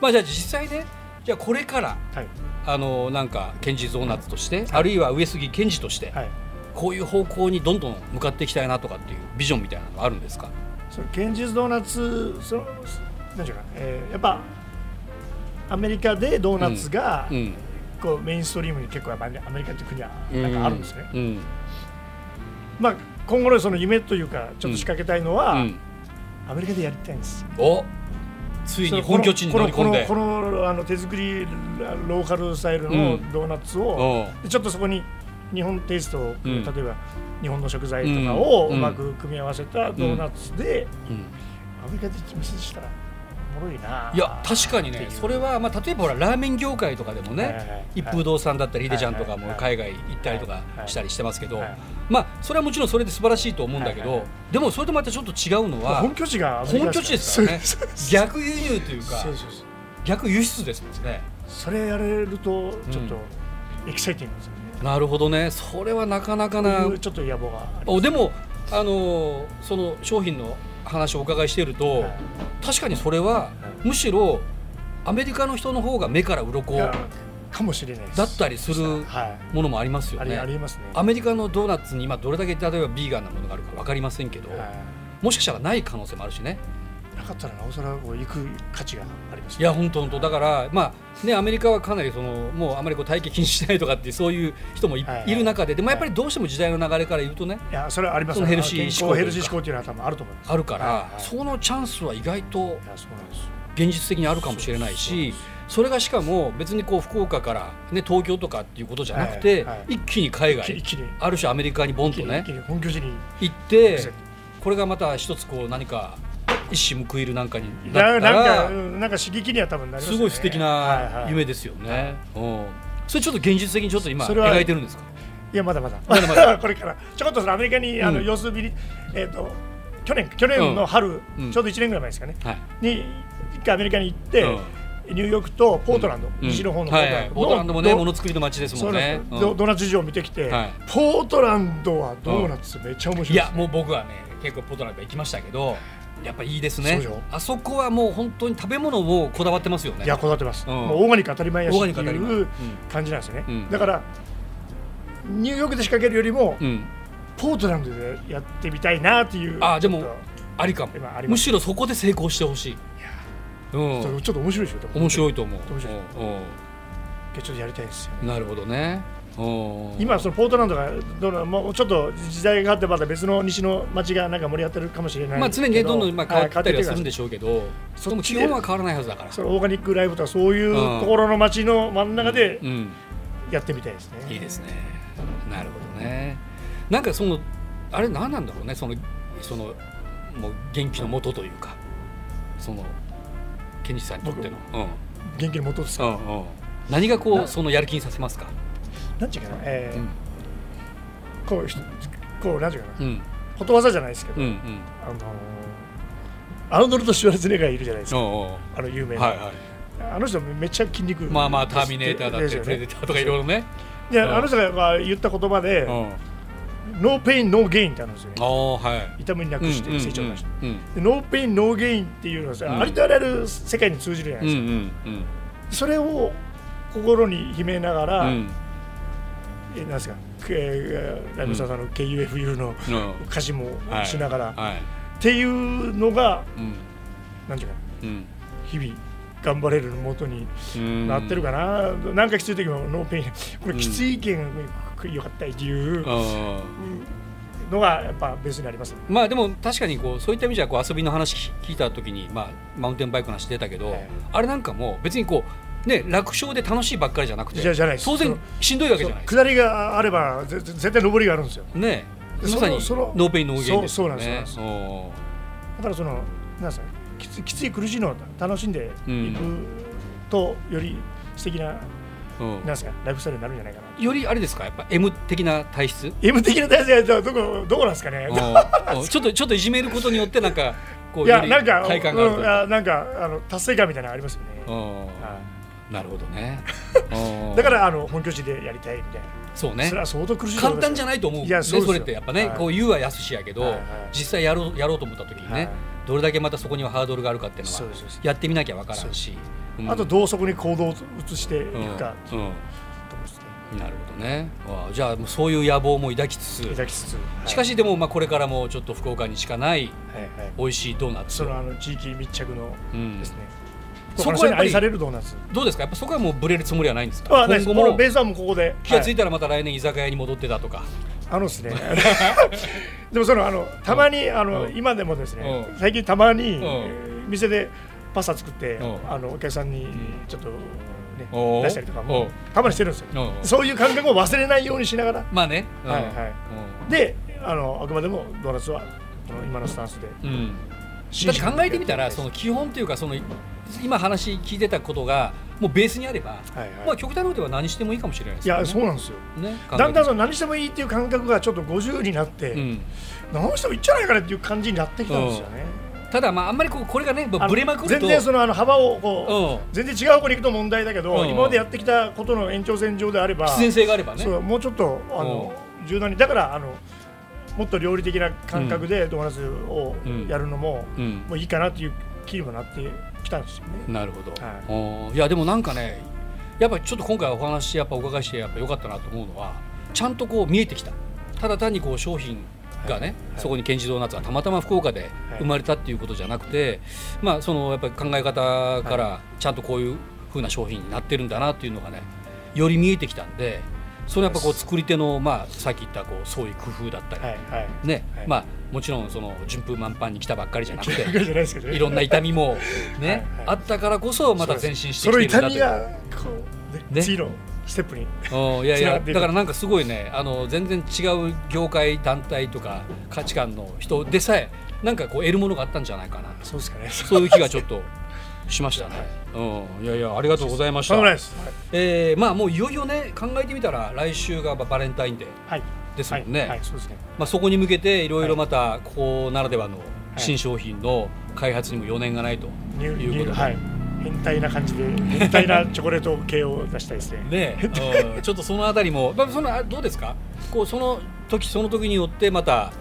Speaker 2: まあじゃあ実際ねじゃあこれから
Speaker 3: はい
Speaker 2: あのなんかケンジゾーナツとして、あるいは上杉健二として、
Speaker 3: はい
Speaker 2: こういう方向にどんどん向かっていきたいなとかっていうビジョンみたいなのがあるんですか
Speaker 3: その現実ドーナツその何ていうかな、えーやっぱアメリカでドーナツが、
Speaker 2: うん
Speaker 3: こうメインストリームに結構やっぱりアメリカって国はなんかあるんですね、
Speaker 2: うん
Speaker 3: まあ今後のその夢というかちょっと仕掛けたいのは、
Speaker 2: うん
Speaker 3: アメリカでやりたいんです
Speaker 2: おついに本拠地に乗り込んで
Speaker 3: このこのこのあの手作りローカルスタイル
Speaker 2: う
Speaker 3: の
Speaker 2: ん
Speaker 3: ドーナツを、
Speaker 2: おう
Speaker 3: でちょっとそこに日本テイストを、
Speaker 2: うん
Speaker 3: 例えば日本の食材とかを
Speaker 2: う
Speaker 3: うんまく組み合わせたドーナツで、
Speaker 2: うん
Speaker 3: アメリカで店にしたらおもろいない
Speaker 2: いや確かに
Speaker 3: ってい
Speaker 2: ね
Speaker 3: う
Speaker 2: それは、まあ、例えばほらラーメン業界とかでもね、
Speaker 3: はいはいはい
Speaker 2: 一風堂さんだったりヒデちゃんとか
Speaker 3: はいはい
Speaker 2: も
Speaker 3: はい
Speaker 2: 海外行ったりとかしたりしてますけど、
Speaker 3: はいはい
Speaker 2: まあそれはもちろんそれで素晴らしいと思うんだけど、
Speaker 3: はいはい
Speaker 2: でもそれとまたちょっと違うのは
Speaker 3: 本拠地がアメリカ
Speaker 2: 本拠地ですからね
Speaker 3: そうそうそう
Speaker 2: 逆輸入というか
Speaker 3: そうそうそう
Speaker 2: 逆輸出ですもんね
Speaker 3: それやれるとちょっとエキサイティングですよね、
Speaker 2: なるほどねそれはなかなか
Speaker 3: と
Speaker 2: な
Speaker 3: いうちょっと野望があり
Speaker 2: おでもあのーその商品の話をお伺いしていると、
Speaker 3: はい
Speaker 2: 確かにそれはむしろアメリカの人の方が目から鱗
Speaker 3: いやかもしれないです
Speaker 2: だったりする
Speaker 3: はい
Speaker 2: ものもありますよ
Speaker 3: ありあり
Speaker 2: ね。
Speaker 3: ますね
Speaker 2: アメリカのドーナツに今どれだけ例えばビーガンなものがあるか分かりませんけど、
Speaker 3: は
Speaker 2: もしかしたらない可能性もあるしね
Speaker 3: いなかったらなおさらこう行く価値があります
Speaker 2: いや本当本当だからまあねアメリカはかなりそのもうあまりこう体型気にしないとかってそういう人もい,、
Speaker 3: はいはい
Speaker 2: る中ででもやっぱりどうしても時代の流れから言うとね
Speaker 3: いやそれはあります
Speaker 2: そのヘルシー
Speaker 3: 健康
Speaker 2: 思考というか
Speaker 3: ヘルシー思考っていうのは多分あると思います
Speaker 2: あるから、
Speaker 3: はいはい
Speaker 2: そのチャンスは意外と
Speaker 3: いやそうなんです
Speaker 2: 現実的にあるかもしれないしそれがしかも別にこう福岡から、ね、東京とかっていうことじゃなくて、
Speaker 3: はいはい
Speaker 2: 一気に海
Speaker 3: 一
Speaker 2: 外
Speaker 3: 気に
Speaker 2: ある種アメリカにボン
Speaker 3: 一気
Speaker 2: と
Speaker 3: に
Speaker 2: ね
Speaker 3: 一気に本拠地に
Speaker 2: 行って
Speaker 3: そう
Speaker 2: これがまた一つこう何か一矢報いるなんかにな
Speaker 3: な
Speaker 2: った
Speaker 3: なんか
Speaker 2: ら
Speaker 3: うんなんか刺激には多分なります
Speaker 2: す
Speaker 3: よね
Speaker 2: ごい素敵
Speaker 3: はいは
Speaker 2: ない夢ですよね。うんそれちょっと現実的にちょっと今
Speaker 3: それは
Speaker 2: 描いてるんですか。
Speaker 3: いやまだまだ
Speaker 2: まだまだ
Speaker 3: これからちょこっとそのアメリカにあの
Speaker 2: うん
Speaker 3: 様子見にえっと去年去年の春
Speaker 2: うん
Speaker 3: ちょうど一年ぐらい前ですかね
Speaker 2: はい。
Speaker 3: に一回アメリカに行ってニューヨークとポートランド
Speaker 2: うん
Speaker 3: 西の方のポ
Speaker 2: は
Speaker 3: ー
Speaker 2: いは
Speaker 3: トラン
Speaker 2: い
Speaker 3: ド
Speaker 2: ポートランドもね
Speaker 3: ど
Speaker 2: ものづくりの街です
Speaker 3: そ
Speaker 2: も
Speaker 3: うんな
Speaker 2: ね
Speaker 3: ん。で
Speaker 2: う
Speaker 3: すよ
Speaker 2: ん
Speaker 3: ドーナツ事情を見てきて
Speaker 2: はい
Speaker 3: ポートランドはドーナツめっちゃ
Speaker 2: い
Speaker 3: 面白いです
Speaker 2: やもう僕はね結構ポートランド行きましたけどやっぱいいです
Speaker 3: そう
Speaker 2: ね
Speaker 3: でしょ。
Speaker 2: あそこはもう本当に食べ物もこだわってますよね。
Speaker 3: いやこだわってます
Speaker 2: うん
Speaker 3: もうオーガニック当たり前やし
Speaker 2: オーガニ
Speaker 3: っ
Speaker 2: ッ
Speaker 3: て
Speaker 2: ク当たり前
Speaker 3: いう感じなんですよ
Speaker 2: う
Speaker 3: ね
Speaker 2: ん
Speaker 3: だからニューヨークで仕掛けるよりも
Speaker 2: うん
Speaker 3: ポートランドでやってみたいなっていう
Speaker 2: あでも
Speaker 3: ちょっ
Speaker 2: ありかも
Speaker 3: 今あ。ります
Speaker 2: むしろそこで成功してほしい。うん
Speaker 3: とちょっと面白いですよでも
Speaker 2: 面白いと思う。
Speaker 3: 面白い
Speaker 2: うんうん
Speaker 3: ちょっとやりたいですよね
Speaker 2: なるほどね。おー
Speaker 3: 今そのポートランドがどうなもうちょっと時代が変わってまた別の西の町がなんか盛り上がってるかもしれない
Speaker 2: まあ常にね
Speaker 3: け
Speaker 2: どんどんまあ変わってたりはするん
Speaker 3: はい
Speaker 2: でしょうけど、
Speaker 3: そっち
Speaker 2: でも基本は変わらないはずだから。
Speaker 3: そのオーガニックライブとかそういう
Speaker 2: うん
Speaker 3: ところの町の真ん中で
Speaker 2: うん、
Speaker 3: やってみたいですね、
Speaker 2: いいですね。なるほどね。なんかそのあれ何なんだろうね。そのそのもう元気の元というか、そのケンジさんにとっての、
Speaker 3: 元気の元です
Speaker 2: う
Speaker 3: か、
Speaker 2: んうんうん、何がこうそのやる気にさせますか。
Speaker 3: なんていうかな、えー
Speaker 2: うん
Speaker 3: こうひこうなんていうかな、
Speaker 2: うん
Speaker 3: ことわざじゃないですけど、
Speaker 2: うんう
Speaker 3: あ
Speaker 2: ん。
Speaker 3: のーアルノルド・シュワルツェネッガーいるじゃないです
Speaker 2: お
Speaker 3: か、
Speaker 2: うおう
Speaker 3: あの有名な、
Speaker 2: はいはい。
Speaker 3: あの人めっちゃ筋肉
Speaker 2: まあまあターミネーターだっ
Speaker 3: です
Speaker 2: て
Speaker 3: よね
Speaker 2: プレデターとかいろいろね。
Speaker 3: で
Speaker 2: うん
Speaker 3: あの人がまあ言った言葉で、
Speaker 2: うん。
Speaker 3: ノーペイン、ノーゲインってあるんですよね
Speaker 2: おーはい。
Speaker 3: 痛みなくして成長なし、
Speaker 2: うん
Speaker 3: でノーペインノーゲインっていうのはさ、
Speaker 2: うん
Speaker 3: ありとあらゆる世界に通じるじゃない
Speaker 2: うんう
Speaker 3: で
Speaker 2: ん
Speaker 3: すか、
Speaker 2: うん
Speaker 3: それを心に秘めながら、
Speaker 2: うん。うん
Speaker 3: えなんですか、えー、ライブサーさんの KUFU の
Speaker 2: うん
Speaker 3: 歌詞も
Speaker 2: はい
Speaker 3: しながら、
Speaker 2: はい。
Speaker 3: っていうのが
Speaker 2: うん
Speaker 3: なんていうか
Speaker 2: うん
Speaker 3: 日々頑張れるもとに
Speaker 2: うん
Speaker 3: なってるかな、なんかきつい時もノーペインこれきついけん、よかったっていう、
Speaker 2: うん
Speaker 3: のがやっぱベースにありますね、
Speaker 2: まあでも確かにこうそういった意味じゃこう遊びの話聞いた時に、まあ、マウンテンバイクの話出たけど、
Speaker 3: はい
Speaker 2: あれなんかもう別にこう、ね、楽勝で楽しいばっかりじゃなくて
Speaker 3: じゃじゃないです
Speaker 2: 当
Speaker 3: そ
Speaker 2: 然
Speaker 3: の
Speaker 2: しんどいわけじゃないですか
Speaker 3: 下りがあればぜぜ絶対上りがあるんですよ
Speaker 2: ねえま
Speaker 3: その
Speaker 2: さに
Speaker 3: その
Speaker 2: ノーペインノーゲインですよね
Speaker 3: そう
Speaker 2: そうなんです
Speaker 3: だからそのなんですかねきつきつい苦しいのを楽しんでいくと、より素敵な
Speaker 2: うん
Speaker 3: なんですかライフスタイルになるんじゃないかな
Speaker 2: よりあれですかやっぱ M 的な体質
Speaker 3: M 的な体制はどこどこなんですかね
Speaker 2: うん うんちょっとちょっといじめることによってなんかこう
Speaker 3: いや
Speaker 2: より
Speaker 3: なんか、
Speaker 2: 快感があると
Speaker 3: うんあなんかあの達成感みたいなのありますよね、
Speaker 2: うん
Speaker 3: は
Speaker 2: なるほど ね
Speaker 3: いだかららあの本拠地でやりたいみたいな、
Speaker 2: そう
Speaker 3: それ
Speaker 2: ね
Speaker 3: は相当苦しいと
Speaker 2: 簡
Speaker 3: 思いますよ
Speaker 2: 単じゃないと思う
Speaker 3: い
Speaker 2: ね
Speaker 3: やそうですよ
Speaker 2: それってやっぱね
Speaker 3: はい
Speaker 2: こう言うはやすしやけ
Speaker 3: はい
Speaker 2: ど
Speaker 3: はい
Speaker 2: 実際やろうやろうと思った時に
Speaker 3: はい
Speaker 2: ねどれだけまたそこにはハードルがあるかっていう
Speaker 3: そ
Speaker 2: の
Speaker 3: う
Speaker 2: は
Speaker 3: ですそうです
Speaker 2: やってみなきゃわからんしうん
Speaker 3: あとどうそこに行動を移していくか
Speaker 2: うんうん
Speaker 3: と思って
Speaker 2: なるほどねわあじゃあもうそういう野望も抱きつつ
Speaker 3: いただきつつ、はい
Speaker 2: しかしでもまあこれからもちょっと福岡にしかない
Speaker 3: はいはい
Speaker 2: 美味しいドーナツ
Speaker 3: そのあの地域密着の
Speaker 2: うん
Speaker 3: ですね、
Speaker 2: そ
Speaker 3: そ
Speaker 2: こ
Speaker 3: こ
Speaker 2: は
Speaker 3: は
Speaker 2: やっぱり
Speaker 3: 愛されるドーナツ
Speaker 2: どうですかやっぱそこはもうブレるつもりはないんですか
Speaker 3: はないです
Speaker 2: 今
Speaker 3: こ
Speaker 2: 後
Speaker 3: の
Speaker 2: も
Speaker 3: ベースはもうここで
Speaker 2: 気がつ
Speaker 3: はい
Speaker 2: たらまた来年居酒屋に戻ってたとか、
Speaker 3: あのですね でもそのあのたまにあの、
Speaker 2: うん
Speaker 3: 今でもですね、
Speaker 2: うん
Speaker 3: 最近たまに、
Speaker 2: ん
Speaker 3: えー店でパスタ作って、
Speaker 2: うん
Speaker 3: あのお客さんに
Speaker 2: ん
Speaker 3: ちょっと、ね
Speaker 2: おー
Speaker 3: 出したりとかも
Speaker 2: お
Speaker 3: たまにしてるんですよ、
Speaker 2: うん
Speaker 3: そういう感覚を忘れないようにしながら
Speaker 2: まあね、うん
Speaker 3: はいはであのあくまでもドーナツはこの今のスタンスで
Speaker 2: うんうんだって考えてみたらその基本というかその今話聞いてたことがもうベースにあれば、
Speaker 3: はいはい
Speaker 2: まあ極端なことでは何してもいいかもしれないで
Speaker 3: い
Speaker 2: すよね
Speaker 3: やそうなんですよ
Speaker 2: ね
Speaker 3: だんだんそ
Speaker 2: 考
Speaker 3: の何してもいいっていう感覚がちょっと50になって、
Speaker 2: えてみる
Speaker 3: 何してもいいんじゃないかなっていう感じになってきたんですよね。
Speaker 2: うん、ただまああんまりこうこれがね
Speaker 3: あの
Speaker 2: ぶれまくると
Speaker 3: 全然そのあの幅をこ
Speaker 2: うん
Speaker 3: う全然違う方向に行くと問題だけど、
Speaker 2: うん
Speaker 3: 今までやってきたことの延長線上であれば、
Speaker 2: 必然性があればね
Speaker 3: そうもうちょっとあの柔軟にだからあのもっと料理的な感覚でドーナツを
Speaker 2: うん
Speaker 3: やるのも、
Speaker 2: うん
Speaker 3: もういいかなっていう気にもなってきたんですよね。
Speaker 2: なるほど、
Speaker 3: はい
Speaker 2: おーい、やでもなんかねやっぱちょっと今回お話やっぱお伺いしてやっぱ良かったなと思うのはちゃんとこう見えてきたただ単にこう商品がね、
Speaker 3: はい
Speaker 2: そこにケンジドーナツがたまたま福岡で生まれたっていうことじゃなくて、まあそのやっぱり考え方からちゃんとこういう風な商品になってるんだなっていうのがねより見えてきたんでそれはやっぱこう作り手のまあさっき言ったこうそういう工夫だったり、
Speaker 3: はいはい。
Speaker 2: ね、
Speaker 3: はい
Speaker 2: まあもちろんその順風満帆に来たばっかりじゃな くて
Speaker 3: じゃないですけど ね
Speaker 2: いろんな痛みも
Speaker 3: はい
Speaker 2: ね、
Speaker 3: はい
Speaker 2: あったからこそまた前進して
Speaker 3: そ
Speaker 2: きて
Speaker 3: の
Speaker 2: いるん
Speaker 3: 痛
Speaker 2: だと
Speaker 3: みがこう、ね
Speaker 2: ね
Speaker 3: 次のステップに。
Speaker 2: うんいやい
Speaker 3: 繋が
Speaker 2: や
Speaker 3: っていく
Speaker 2: だからなんかすごいねあの全然違う業界団体とか価値観の人でさえなんかこう得るものがあったんじゃないかな
Speaker 3: そうですかね。
Speaker 2: そういう気がちょっとしました ね。うん、いやいやありがとうございまし
Speaker 3: と
Speaker 2: た
Speaker 3: んでもない。です。
Speaker 2: えーまあもういよいよね考えてみたら来週がバレンタインデー
Speaker 3: はい。
Speaker 2: ですもんね。
Speaker 3: はい、はいそうですね。
Speaker 2: まあ、そこに向けていろいろまたここならではの新商品の開発にも余念がないと
Speaker 3: ニュー
Speaker 2: いうことで、
Speaker 3: はい、変態な 感じで変態なチョコレート系を出したいですね
Speaker 2: ねうんちょっとそのあたりも、まあ、そのあどうですかこうその時その時によってまた、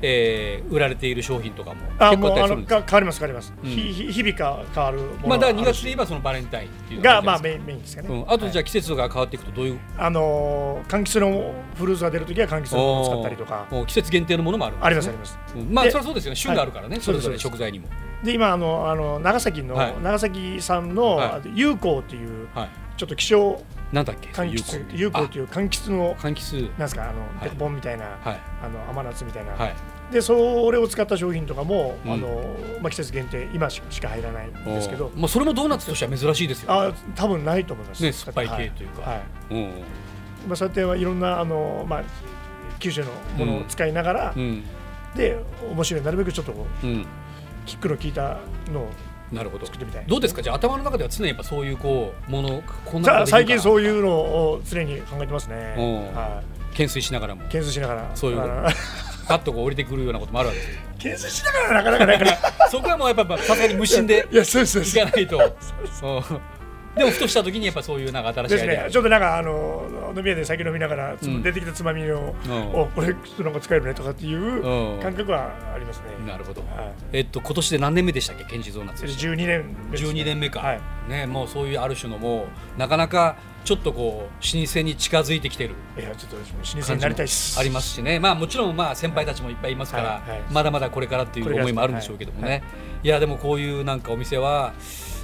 Speaker 2: えー売られている商品とかも
Speaker 3: あ
Speaker 2: 結構
Speaker 3: も
Speaker 2: あったり
Speaker 3: うあ
Speaker 2: するん
Speaker 3: の
Speaker 2: ですか
Speaker 3: か変わります変わります、
Speaker 2: うん
Speaker 3: ひひ日々か変わるもの
Speaker 2: まあ、だから2
Speaker 3: る
Speaker 2: 月で言えばそのバレンタインっていうのる
Speaker 3: が
Speaker 2: じゃ
Speaker 3: ま
Speaker 2: な
Speaker 3: あ
Speaker 2: いで
Speaker 3: メインメインですか
Speaker 2: す
Speaker 3: ね、
Speaker 2: かうん、あとじゃ
Speaker 3: ゃ
Speaker 2: あ季節が変わっていくとどういう、
Speaker 3: あ、のー柑橘のフルーツが出るときは柑橘のものを使ったりとか
Speaker 2: おー季節限定のものもあるんですね
Speaker 3: ありますあります
Speaker 2: うんまあ
Speaker 3: で
Speaker 2: それはそうですよね旬があるからね、
Speaker 3: はい
Speaker 2: それぞれ
Speaker 3: そうです
Speaker 2: 食材にも
Speaker 3: で今あのあの長崎の、
Speaker 2: はい
Speaker 3: 長崎産の
Speaker 2: はい
Speaker 3: あと友好、っていう
Speaker 2: はい
Speaker 3: ちょっと希少
Speaker 2: なんだっけ
Speaker 3: 柑橘友好って
Speaker 2: いう
Speaker 3: いう柑橘の
Speaker 2: 柑橘
Speaker 3: なんですかあの、
Speaker 2: い
Speaker 3: デコポンみたいな、
Speaker 2: はい
Speaker 3: あの甘夏みたいな、
Speaker 2: はい
Speaker 3: でそれを使った商品とかも、
Speaker 2: うん
Speaker 3: あのまあ、季節限定今ししか入らないんですけど
Speaker 2: おーまあ、それもドーナツとしては珍しいですよね、
Speaker 3: あ多分ないと思います、
Speaker 2: ね酸っぱい系というか
Speaker 3: はいはい
Speaker 2: うん
Speaker 3: まあ、そうやっていろんなあの、まあ、九州のものを使いながら、
Speaker 2: うん
Speaker 3: で面白いなるべくちょっとこう
Speaker 2: うん、
Speaker 3: キックの効いたのを
Speaker 2: なるほど
Speaker 3: 作ってみたい
Speaker 2: どうですかじゃあ頭の中では常にやっぱそういうこうものこんな
Speaker 3: さあ最近
Speaker 2: う
Speaker 3: そういうのを常に考えてますね
Speaker 2: おう
Speaker 3: は
Speaker 2: 懸垂しながらも
Speaker 3: い懸垂しながら
Speaker 2: そういうこと
Speaker 3: あの
Speaker 2: パッとこう降りてくるようなこともあるわけですよ
Speaker 3: 懸垂しながらなかなかないか ら
Speaker 2: そこはもうやっぱさすがに無心で
Speaker 3: いやそうですそうです
Speaker 2: いかないとうんでもふとした時にやっぱそういうなんか新し
Speaker 3: で
Speaker 2: いア
Speaker 3: す
Speaker 2: イデアが
Speaker 3: ね、ちょっとなんかあの飲み屋で酒飲みながら、
Speaker 2: う
Speaker 3: つ
Speaker 2: ん
Speaker 3: 出てきたつまみを、
Speaker 2: うん
Speaker 3: おこれちょっとなんか使えるねとかっていう
Speaker 2: うん
Speaker 3: 感覚はありますね。
Speaker 2: なるほど、
Speaker 3: は
Speaker 2: えっと今年で何年目でしたっけケンジドーナ
Speaker 3: い、
Speaker 2: ツ
Speaker 3: 12年目ですね、
Speaker 2: 12年目か、
Speaker 3: はい
Speaker 2: ねもうそういうある種のもうなかなかちょっとこう老舗に近づいてきてる
Speaker 3: いやちょっと老舗になりたいです。
Speaker 2: ありますしね、まあ、もちろんまあ先輩たちもいっぱいいますから、
Speaker 3: はいはい
Speaker 2: まだまだこれからってい
Speaker 3: こ
Speaker 2: う
Speaker 3: れから
Speaker 2: 思いもあるんでしょうけどもね、、
Speaker 3: はい
Speaker 2: やでもこういうなんかお店は、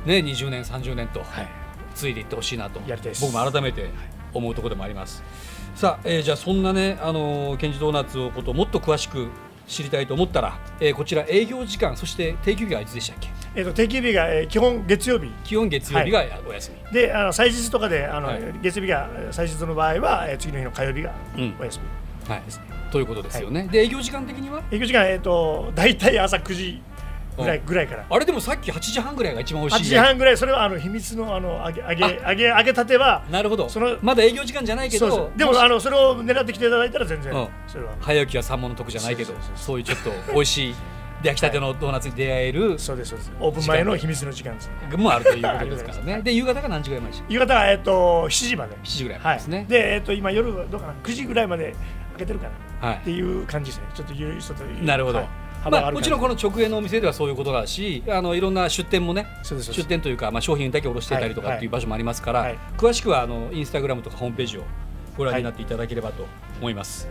Speaker 2: ね、20年30年と
Speaker 3: はい。
Speaker 2: ついでいってほしいなと、
Speaker 3: やりたいです
Speaker 2: 僕も改めて思うところでもありますさあ、えーじゃあそんなねあのーケンジドーナツのことをもっと詳しく知りたいと思ったら、えーこちら営業時間そして定休日はいつでしたっけ
Speaker 3: えっと定休日が、えー基本月曜日
Speaker 2: 基本月曜日がお休み、
Speaker 3: であの祭日とかであの、
Speaker 2: はい
Speaker 3: 月曜日がえー祭日の場合は、えー次の日の火曜日が
Speaker 2: うん
Speaker 3: お休み、
Speaker 2: はいということですよね、で営業時間的には
Speaker 3: 営業時間、えー、と大体朝9時ぐらい
Speaker 2: うん
Speaker 3: ぐらいから
Speaker 2: あれでもさっき8時半ぐらいが一番美
Speaker 3: 8
Speaker 2: 味しい
Speaker 3: 時半ぐらいそれはあの秘密のあの揚げ揚げ揚げ揚げたては
Speaker 2: なるほど
Speaker 3: その
Speaker 2: まだ営業時間じゃないけ
Speaker 3: そう
Speaker 2: ど
Speaker 3: そうでも
Speaker 2: し
Speaker 3: あのそれを狙ってきていただいたら全然、
Speaker 2: うん
Speaker 3: それは
Speaker 2: 早起きは三物得じゃないけど
Speaker 3: そうそうそう
Speaker 2: そういうちょっと美味しいで焼きたてのドーナツに出会える
Speaker 3: そうですそうですオープン前の秘密の時間です
Speaker 2: もあるということですからねで夕方が何時ぐらいまででした
Speaker 3: 夕方は、えー、と7時まで
Speaker 2: 7時ぐらいま
Speaker 3: は
Speaker 2: で
Speaker 3: い
Speaker 2: ですね
Speaker 3: で、えっと今夜はどうかな9時ぐらいまで開けてるかな
Speaker 2: はい
Speaker 3: っていう感じですねちょっとゆるいちょっと
Speaker 2: なるほど、
Speaker 3: はい幅
Speaker 2: ま
Speaker 3: が
Speaker 2: あ、
Speaker 3: ある
Speaker 2: もち
Speaker 3: 感じ
Speaker 2: ろんこの直営のお店ではそういうことだしあのいろんな出店もね
Speaker 3: そうですそうで
Speaker 2: 出
Speaker 3: す
Speaker 2: 店というか、まあ、商品だけ卸してたりとか
Speaker 3: はい
Speaker 2: っていう場所もありますから、
Speaker 3: はい
Speaker 2: 詳しくはあのインスタグラムとかホームページをご覧になっていただければと思います。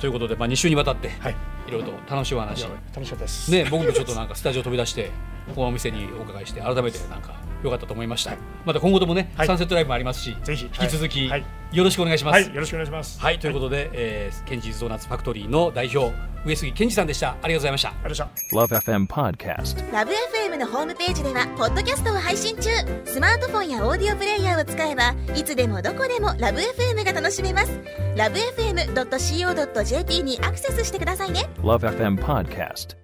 Speaker 2: ということで、まあ、2週にわたって、
Speaker 3: はい
Speaker 2: いろいろと楽しいお
Speaker 3: い
Speaker 2: 話
Speaker 3: や楽しかったです
Speaker 2: ね、僕もちょっとなんかスタジオ飛び出してこのお店にお伺いして改めてなんか良かったと思いました、また今後ともね、
Speaker 3: はい
Speaker 2: サンセットライブもありますし
Speaker 3: ぜひ
Speaker 2: 引き続き、
Speaker 3: はいはい
Speaker 2: よろしくお願いします。
Speaker 3: は
Speaker 2: はいい、
Speaker 3: よろしくお願いします
Speaker 2: ということで、えーケンジーズドーナツファクトリーの代表上杉健二さんでしたありがとうございました。
Speaker 3: ありがとうございました
Speaker 4: Love FM Podcast.
Speaker 5: ラブ f m のホームページではポッドキャストを配信中スマートフォンやオーディオプレイヤーを使えばいつでもどこでもラブ f m が楽しめますラブ FM.co.jp にアクセスしてくださいね
Speaker 4: Love FM Podcast.